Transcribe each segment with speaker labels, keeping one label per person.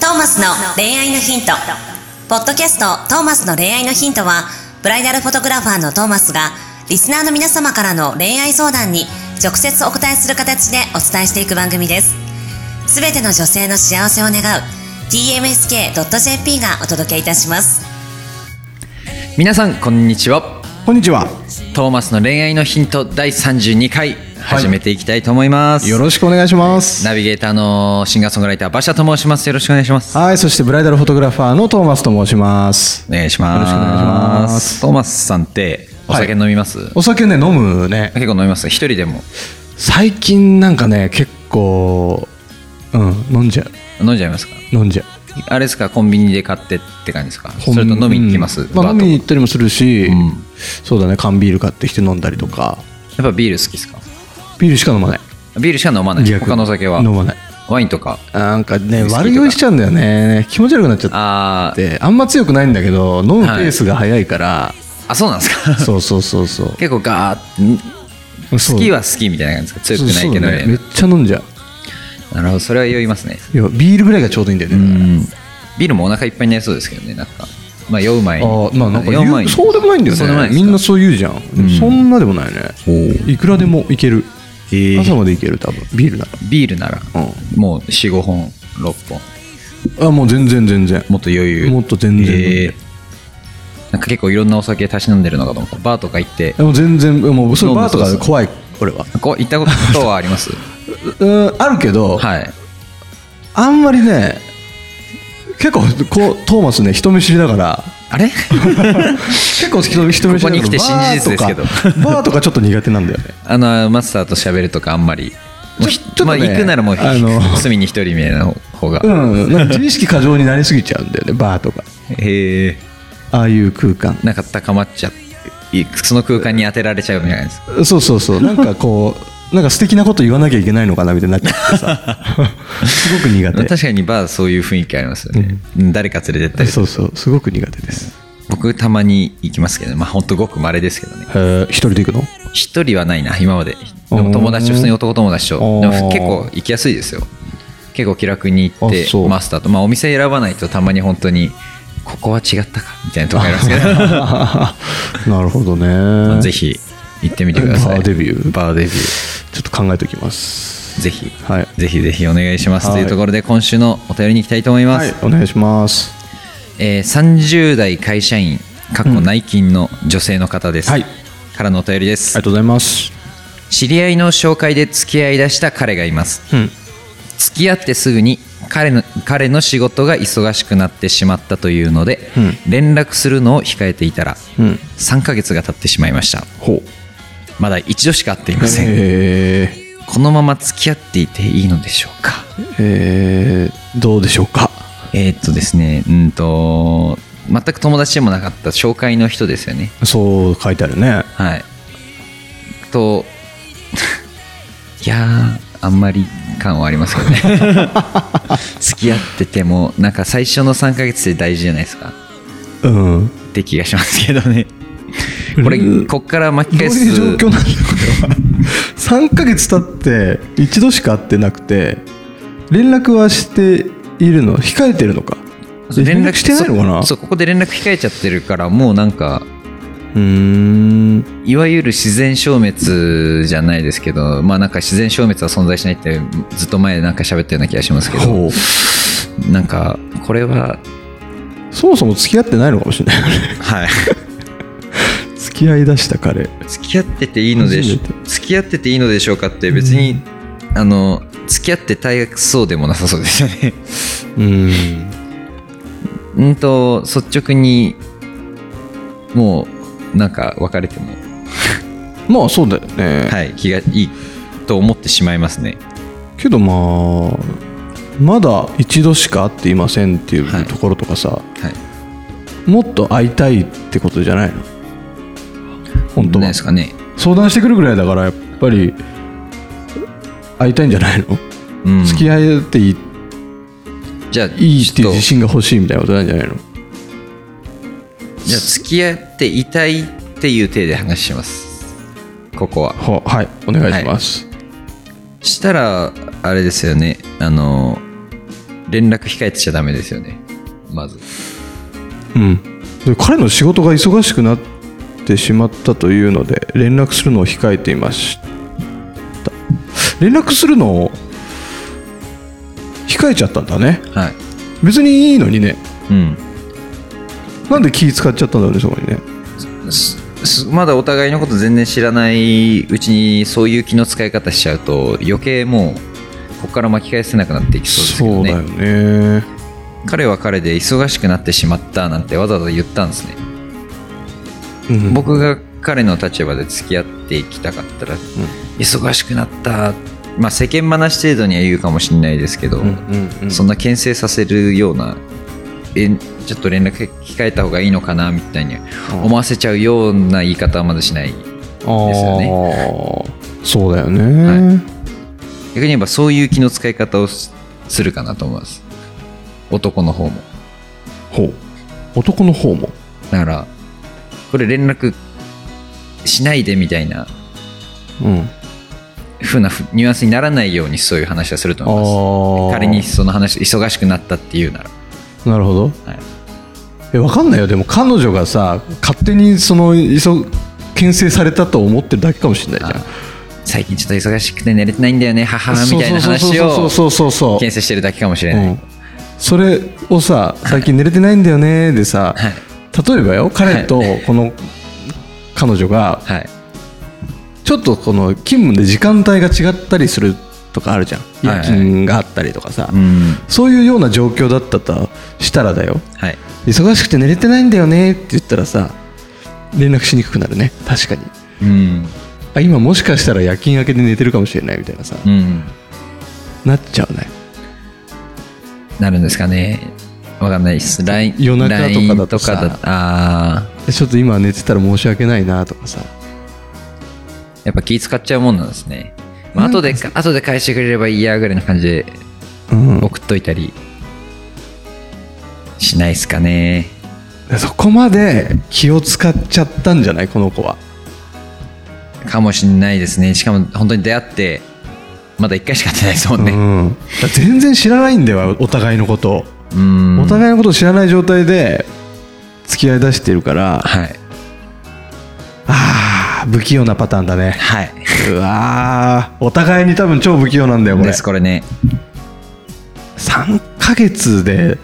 Speaker 1: トーマスの恋愛のヒント。ポッドキャストトーマスの恋愛のヒントは、ブライダルフォトグラファーのトーマスが、リスナーの皆様からの恋愛相談に直接お答えする形でお伝えしていく番組です。すべての女性の幸せを願う、tmsk.jp がお届けいたします。
Speaker 2: 皆さんこんにちは
Speaker 3: こんにちは。
Speaker 2: トーマスの恋愛のヒント第32回始めていきたいと思います、
Speaker 3: よろしくお願いします。
Speaker 2: ナビゲーターのシンガーソングライター馬車と申しますよろしくお願いします
Speaker 3: はい、そしてブライダルフォトグラファーのトーマスと申します。
Speaker 2: お願いします
Speaker 3: よろしくお願いします
Speaker 2: トーマスさんってお酒飲みます、
Speaker 3: お酒ね、飲むね。
Speaker 2: 結構飲みます一人でも
Speaker 3: 最近なんかね、結構、うん、飲んじゃう。
Speaker 2: 飲んじゃいますか
Speaker 3: 飲んじゃう。
Speaker 2: あれですかコンビニで買ってって感じですかそれと飲みに行きます、
Speaker 3: うんまあ、
Speaker 2: バー
Speaker 3: 飲
Speaker 2: と
Speaker 3: み
Speaker 2: か
Speaker 3: に
Speaker 2: や
Speaker 3: 行ったりもするし、
Speaker 2: ん
Speaker 3: そうだね、缶ビール買ってきて飲んだりとか、
Speaker 2: っぱビール好きですか
Speaker 3: ビールしか飲まない。
Speaker 2: ビールしか飲まない
Speaker 3: 逆に
Speaker 2: 他のお酒は
Speaker 3: 飲まない。
Speaker 2: ワインとか
Speaker 3: なんかね、
Speaker 2: ウイスキーとか
Speaker 3: 悪酔いしちゃうんだよね。気持ち悪くなっちゃっ
Speaker 2: あー
Speaker 3: て、あんま強くないんだけど、飲むペースが早いから、
Speaker 2: あそうなんですか
Speaker 3: そうそうそうそう。
Speaker 2: 結構ガーッ
Speaker 3: そう
Speaker 2: 好きは好きみたいな感じですか強くないけど
Speaker 3: そう
Speaker 2: みたい
Speaker 3: だねめ
Speaker 2: な
Speaker 3: っちゃ飲んじゃう。
Speaker 2: なるほどそれは酔いますね
Speaker 3: いやビールぐらいがちょうどいいんだよね、
Speaker 2: うんビールもお腹いっぱいになりそうですけどねなんかまあ酔う前に
Speaker 3: ああまあなんか
Speaker 2: 酔う前
Speaker 3: 言う
Speaker 2: に
Speaker 3: そうでもないんだ
Speaker 2: そうで
Speaker 3: よ
Speaker 2: もな
Speaker 3: ね
Speaker 2: いです
Speaker 3: み
Speaker 2: か
Speaker 3: んなそう言うじゃん、そんなでもないね
Speaker 2: お
Speaker 3: いくらでもいける、
Speaker 2: ええ
Speaker 3: 朝までいける多分ビールな
Speaker 2: ビールなら
Speaker 3: う
Speaker 2: もう45本6本
Speaker 3: らあもう全然全然
Speaker 2: もっと余裕
Speaker 3: もっと全然
Speaker 2: ええなんか結構いろんなお酒たしなんでるのかと思ったバーとか行って
Speaker 3: でも全然もうそれ
Speaker 2: 飲ん
Speaker 3: バ
Speaker 2: で
Speaker 3: ーと
Speaker 2: そうそう
Speaker 3: か怖い俺は
Speaker 2: こう行ったことはあり ます
Speaker 3: うんあるけど、
Speaker 2: はい
Speaker 3: あんまりね結構こうトーマスね人見知りだから
Speaker 2: あれ
Speaker 3: 結構人見知りだから
Speaker 2: ここに来て真実ですけど
Speaker 3: バーとかバーとかちょっと苦手なんだよね
Speaker 2: あのマスターと喋るとかあんまりもうひ
Speaker 3: ちょちょっとね
Speaker 2: まあ行くならもうひ
Speaker 3: あの
Speaker 2: 隅に一人みたいな方が
Speaker 3: うんなんか自意識過剰になりすぎちゃうんだよねバーとか
Speaker 2: へえ
Speaker 3: ああいう空間
Speaker 2: なんか高まっちゃっていその空間に当てられちゃうみたいなです
Speaker 3: そうそうそう、なんかこう、なんか素敵なこと言わなきゃいけないのかなみたいになっちゃってさ、すごく苦手。
Speaker 2: 確かにバーそういう雰囲気ありますよね、うん誰か連れてったり
Speaker 3: そうそう、すごく苦手です。
Speaker 2: 僕たまに行きますけどまあほんとごくまれですけどね
Speaker 3: 一人で行くの
Speaker 2: 一人はないな今までで
Speaker 3: お
Speaker 2: も
Speaker 3: ー
Speaker 2: 友達普通に男友達と
Speaker 3: お
Speaker 2: で
Speaker 3: ー
Speaker 2: も結構行きやすいですよ結構気楽に行って
Speaker 3: あそう
Speaker 2: マスターと、まあ、お店選ばないとたまに本当にここは違ったかみたいなとこありますけど
Speaker 3: なるほどね。
Speaker 2: ぜひ行ってみてください
Speaker 3: バーデビュー
Speaker 2: バーデビュー
Speaker 3: ちょっと考えておきます。
Speaker 2: ぜひ、
Speaker 3: はい
Speaker 2: ぜひぜひお願いします、
Speaker 3: はい
Speaker 2: というところで今週のお便りに行きたいと思います、
Speaker 3: はい、お願いします。
Speaker 2: えー、30代会社員かっこ内勤の女性の方です、
Speaker 3: はい
Speaker 2: からのお便りで
Speaker 3: あり
Speaker 2: す、
Speaker 3: がとうございます。
Speaker 2: 知り合いの紹介で付き合いだした彼がいます
Speaker 3: うん。
Speaker 2: 付き合ってすぐに彼の彼の仕事が忙しくなってしまったというので、
Speaker 3: う
Speaker 2: 連絡するのを控えていたら、
Speaker 3: うん
Speaker 2: 3ヶ月が経ってしまいました
Speaker 3: ほう。
Speaker 2: まだ一度しか会っていません、
Speaker 3: え
Speaker 2: このまま付き合っていていいのでしょうか
Speaker 3: ー、えー、どうでしょうか。
Speaker 2: えーっとですねうんと全く友達でもなかった紹介の人ですよね
Speaker 3: そう書いてあるね。
Speaker 2: はい。と、 いやー、あんまり感はありますけどね。 付き合ってても、なんか最初の3ヶ月で大事じゃないですか。
Speaker 3: うん。
Speaker 2: って気がしますけどね。これ、こっから巻き
Speaker 3: どう
Speaker 2: 返
Speaker 3: い
Speaker 2: す。
Speaker 3: う状況なんだこれは3ヶ月経って一度しか会ってなくて連絡はしているの控えてるのか
Speaker 2: そう
Speaker 3: 連絡してないのかな
Speaker 2: そうそうここで連絡控えちゃってるからもうなんか
Speaker 3: うーん
Speaker 2: いわゆる自然消滅じゃないですけどまあなんか自然消滅は存在しないってずっと前なんか喋ったような気がしますけど
Speaker 3: ほう
Speaker 2: なんかこれは
Speaker 3: そもそも付き合ってないのかもしれないよね
Speaker 2: はい
Speaker 3: 付き合いだした彼
Speaker 2: 付き合ってていいのでし
Speaker 3: 初め
Speaker 2: ょ付き合ってていいのでしょうかって別に、あの付き合って大学そうでもなさそうですよね
Speaker 3: うん
Speaker 2: うんと率直にもうなんか別れても
Speaker 3: まあそうだよね、
Speaker 2: はい気がいいと思ってしまいますね
Speaker 3: けどまあまだ一度しか会っていませんってい
Speaker 2: はいう
Speaker 3: ところとかさ、
Speaker 2: はい
Speaker 3: もっと会いたいってことじゃないの本当
Speaker 2: どう
Speaker 3: は
Speaker 2: ですかね
Speaker 3: 相談してくるぐらいだからやっぱり会いたいんじゃないの、
Speaker 2: うん
Speaker 3: 付き合えていい
Speaker 2: じゃあ
Speaker 3: いいっ
Speaker 2: ち
Speaker 3: ていう
Speaker 2: ょっと
Speaker 3: 自信が欲しいみたいなことなんじゃないの
Speaker 2: じゃあ付き合っていたいっていう体で話しますここは
Speaker 3: ははいお願いします、
Speaker 2: したらあれですよねあの連絡控えてちゃダメですよねまず
Speaker 3: うん、で彼の仕事が忙しくなってしまったというので連絡するのを控えていました連絡するのを控えちゃったんだね
Speaker 2: はい
Speaker 3: 別にいいのにね
Speaker 2: うん
Speaker 3: なんで気使っちゃったんだろうねそこにね
Speaker 2: すすまだお互いのこと全然知らないうちにそういう気の使い方しちゃうと余計もうここから巻き返せなくなっていきそうですけ
Speaker 3: そ
Speaker 2: ど
Speaker 3: うだよ
Speaker 2: ね
Speaker 3: ね
Speaker 2: 彼は彼で忙しくなってしまったなんてわざわざ言ったんですね、
Speaker 3: うん
Speaker 2: 僕が彼の立場で付き合っていきたかったら、忙しくなったまあ世間話程度には言うかもしれないですけど、
Speaker 3: うんうん
Speaker 2: そんな牽制させるようなえちょっと連絡控えた方がいいのかなみたいに思わせちゃうような言い方はまだしないですよ
Speaker 3: ねそうだよね、
Speaker 2: はい逆に言えばそういう気の使い方をすするかなと思います男の方も
Speaker 3: ほう男の方も
Speaker 2: だからこれ連絡しないでみたいな
Speaker 3: うん
Speaker 2: 風なふニュアンスにならないようにそういう話はすると
Speaker 3: あ
Speaker 2: 思いま
Speaker 3: ー
Speaker 2: す仮にその話忙しくなったっていうなら
Speaker 3: なるほど
Speaker 2: はい
Speaker 3: えわかんないよでも彼女がさ勝手にそのいそ牽制されたと思ってるだけかもしれないじゃん
Speaker 2: 最近ちょっと忙しくて寝れてないんだよね母みたいな話
Speaker 3: そ
Speaker 2: を
Speaker 3: うそうそうそうそう
Speaker 2: 牽制してるだけかもしれ
Speaker 3: う
Speaker 2: ない、
Speaker 3: んそれをさ最近寝れてないんだよねで
Speaker 2: は
Speaker 3: さ
Speaker 2: い
Speaker 3: 例えばよ彼とこの彼女が
Speaker 2: はい
Speaker 3: ちょっとこの勤務で時間帯が違ったりするとかあるじゃん
Speaker 2: はい
Speaker 3: 夜
Speaker 2: はい
Speaker 3: 勤があったりとかさ
Speaker 2: うん
Speaker 3: そういうような状況だったとしたらだよ
Speaker 2: はい
Speaker 3: 忙しくて寝れてないんだよねって言ったらさ連絡しにくくなるね確かに
Speaker 2: うん
Speaker 3: あ今もしかしたら夜勤明けで寝てるかもしれないみたいなさ、
Speaker 2: うん
Speaker 3: なっちゃうね
Speaker 2: なるんですかねわかんないです。ライン
Speaker 3: 夜中とかだと
Speaker 2: LINE だ
Speaker 3: さ
Speaker 2: あー
Speaker 3: でちょっと今寝てたら申し訳ないなとかさ
Speaker 2: やっぱ気使っちゃうもんなんですね。まあ、後で、後で返してくれればいいやぐらいの感じで
Speaker 3: うん
Speaker 2: 送っといたりしないですかね。
Speaker 3: そこまで気を使っちゃったんじゃないこの子は
Speaker 2: かもしんないですね。しかも本当に出会って、まだ1回しか会ってないですもん
Speaker 3: う
Speaker 2: ね。
Speaker 3: ん、だから全然知らないんだよお互いのことを、
Speaker 2: うん。
Speaker 3: お互いのことを知らない状態で付き合いだしてるから
Speaker 2: はい。
Speaker 3: あー不器用なパターンだね
Speaker 2: はい。
Speaker 3: うわーお互いに多分超不器用なんだよこれ
Speaker 2: です、これね。
Speaker 3: 3ヶ月で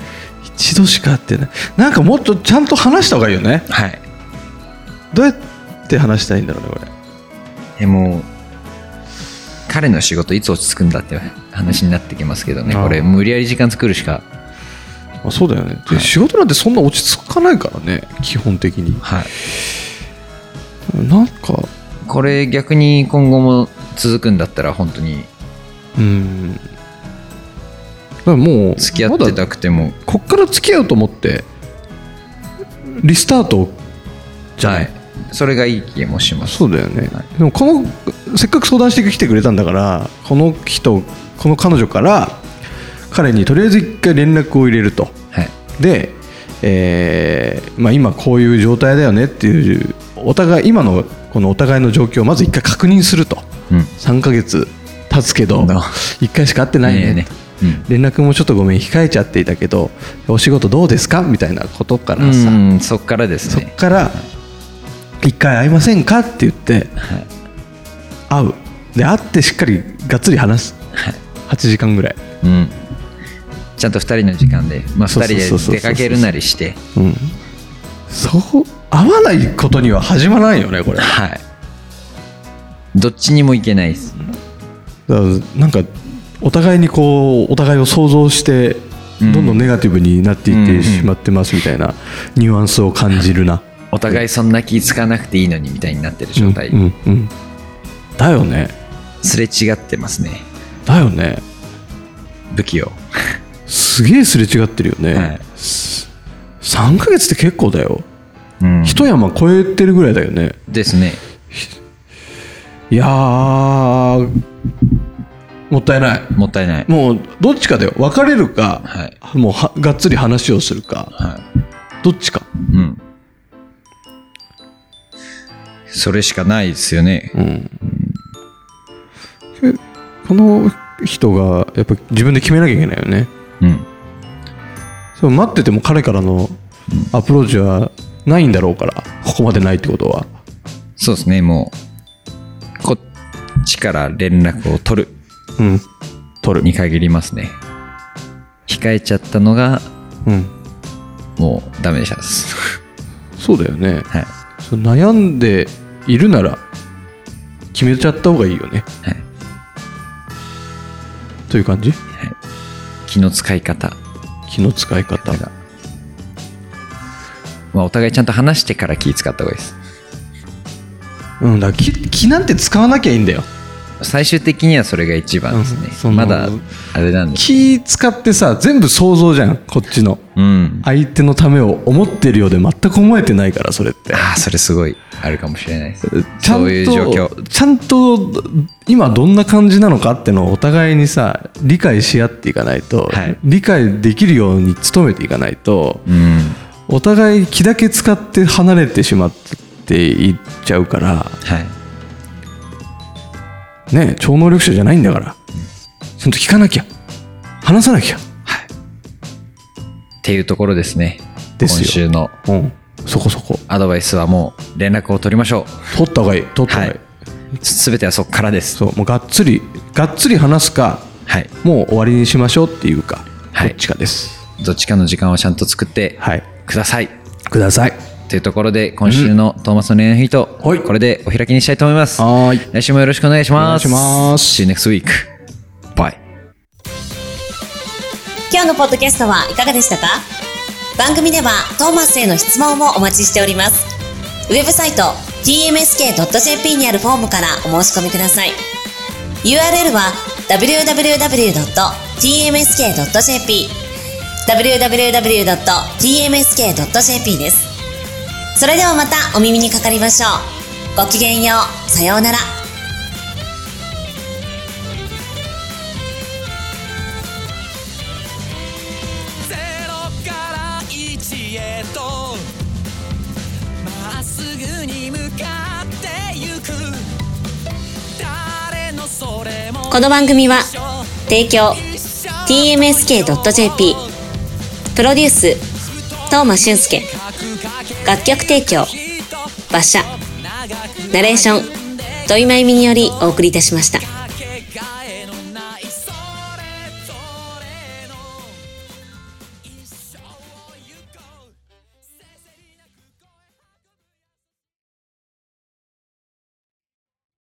Speaker 3: 一度しか会ってないなんかもっとちゃんと話した方がいいよね
Speaker 2: はい。
Speaker 3: どうやって話したらいいんだろうねこれ
Speaker 2: でも、彼の仕事いつ落ち着くんだって話になってきますけどね。
Speaker 3: あー
Speaker 2: これ、無理やり時間作るしか。
Speaker 3: あそうだよね、で仕事なんてそんな落ち着かないからね基本的に
Speaker 2: はい。
Speaker 3: なんか
Speaker 2: これ逆に今後も続くんだったら本当に
Speaker 3: うんだからもう
Speaker 2: 付き合って
Speaker 3: まだ
Speaker 2: たくても、
Speaker 3: こっから付き合うと思ってリスタートじゃな、
Speaker 2: はいい、それがいい気もします
Speaker 3: そうだよね、
Speaker 2: はい
Speaker 3: でもこのせっかく相談してきてくれたんだからこの人この彼女から彼にとりあえず一回連絡を入れると
Speaker 2: はい
Speaker 3: で、えーまあ、今こういう状態だよねっていうお互い今のこのお互いの状況をまず一回確認すると
Speaker 2: うん
Speaker 3: 3ヶ月経つけど
Speaker 2: な
Speaker 3: 一回しか会ってないね
Speaker 2: ねえね
Speaker 3: 連絡もちょっとごめん控えちゃっていたけどお仕事どうですかみたいなことか
Speaker 2: う
Speaker 3: らさ、
Speaker 2: ん、うん、そっからです
Speaker 3: そっ
Speaker 2: ね
Speaker 3: から一回会いませんかって言って
Speaker 2: はい
Speaker 3: 会うで会ってしっかりがっつり話す
Speaker 2: はい
Speaker 3: 8時間ぐらい、
Speaker 2: うんちゃんと2人の時間で、まあ、
Speaker 3: そう
Speaker 2: 2
Speaker 3: そう
Speaker 2: 人
Speaker 3: そうそう
Speaker 2: で出かけるなりして
Speaker 3: うん、そう会わないことには始まらないよねこれ
Speaker 2: はいどっちにも行けないです
Speaker 3: だからなんかお互いにこうお互いを想像してど
Speaker 2: うん
Speaker 3: んどんネガティブになっていっ
Speaker 2: うんう
Speaker 3: て
Speaker 2: ん
Speaker 3: しまってますみたいなニュアンスを感じるな、
Speaker 2: お互いそんな気つかなくていいのにみたいになってる状態、
Speaker 3: うんうんうんだよね
Speaker 2: すれ違ってますね
Speaker 3: だよね
Speaker 2: 不器用
Speaker 3: すげえすれ違ってるよね、
Speaker 2: はい
Speaker 3: す3ヶ月って結構だよ
Speaker 2: うん
Speaker 3: 一山超えてるぐらいだよね
Speaker 2: ですね
Speaker 3: いやーもったいない
Speaker 2: もったいない
Speaker 3: もうどっちかだよ別れるか、
Speaker 2: はい
Speaker 3: もうはがっつり話をするか
Speaker 2: はい
Speaker 3: どっちか
Speaker 2: うん。それしかないですよね。
Speaker 3: この人がやっぱ自分で決めなきゃいけないよね
Speaker 2: うん。
Speaker 3: それ待ってても彼からのアプローチはないんだろうからここまでないってことは
Speaker 2: そうですね、もう、こっちから連絡を取る
Speaker 3: うん取る
Speaker 2: に限りますね。控えちゃったのが、
Speaker 3: うん
Speaker 2: もうダメでしたです。
Speaker 3: そうだよね
Speaker 2: はい。
Speaker 3: その悩んでいるなら決めちゃった方がいいよね
Speaker 2: はい。
Speaker 3: という感じ
Speaker 2: 気の使い方
Speaker 3: 気の使い方
Speaker 2: が。まあ、お互いちゃんと話してから気使った方がいいです。
Speaker 3: うんだから気気なんて使わなきゃいいんだよ
Speaker 2: 最終的にはそれが一番ですね
Speaker 3: うん。その
Speaker 2: まだ、あれなんです。
Speaker 3: 気使ってさ全部想像じゃんこっちの
Speaker 2: うん。
Speaker 3: 相手のためを思ってるようで全く思えてないからそれって
Speaker 2: ああ、それすごいあるかもしれないです。
Speaker 3: ちゃん
Speaker 2: そ
Speaker 3: と
Speaker 2: ういう状況。
Speaker 3: ちゃんと今どんな感じなのかってのをお互いにさ理解し合っていかないと、
Speaker 2: はい
Speaker 3: 理解できるように努めていかないと
Speaker 2: うん。
Speaker 3: お互い気だけ使って離れてしまっていっちゃうから
Speaker 2: はい。
Speaker 3: ね超能力者じゃないんだからちゃんと聞かなきゃ話さなきゃ、
Speaker 2: っていうところですね。
Speaker 3: ですよ
Speaker 2: 今週の
Speaker 3: うん、そこそこ
Speaker 2: アドバイスはもう連絡を取りましょ
Speaker 3: 取った方がいい取った
Speaker 2: は
Speaker 3: 方がい
Speaker 2: い
Speaker 3: い、
Speaker 2: う。すべてはそこからです。
Speaker 3: そうもうがっつりがっつり話すか
Speaker 2: はい。
Speaker 3: もう終わりにしましょうっていうか、
Speaker 2: はい
Speaker 3: どっちかです
Speaker 2: どっちかの時間をちゃんと作って
Speaker 3: はい
Speaker 2: ください。
Speaker 3: ください
Speaker 2: というところで、今週のトーマスの恋愛ヒート、
Speaker 3: はい
Speaker 2: これでお開きにしたいと思います。
Speaker 3: はーい
Speaker 2: 来週もよろしくお願いします。
Speaker 3: お願いします
Speaker 2: See you next week. Bye.
Speaker 1: 今日のポッドキャストはいかがでしたか番組ではトーマスへの質問もお待ちしております。ウェブサイト tmsk.jp にあるフォームからお申し込みください。URL は www.tmsk.jp www.tmsk.jp です。それではまたお耳にかかりましょう。ごきげんよう。さようなら。
Speaker 4: ゼロから一へとまっすぐに向かってゆく誰のそれも
Speaker 1: この番組は
Speaker 4: 一緒
Speaker 1: 提供 TMSK.jp プロデュース東間俊介楽曲提供馬車ナレーション土井真由美によりお送りいたしました。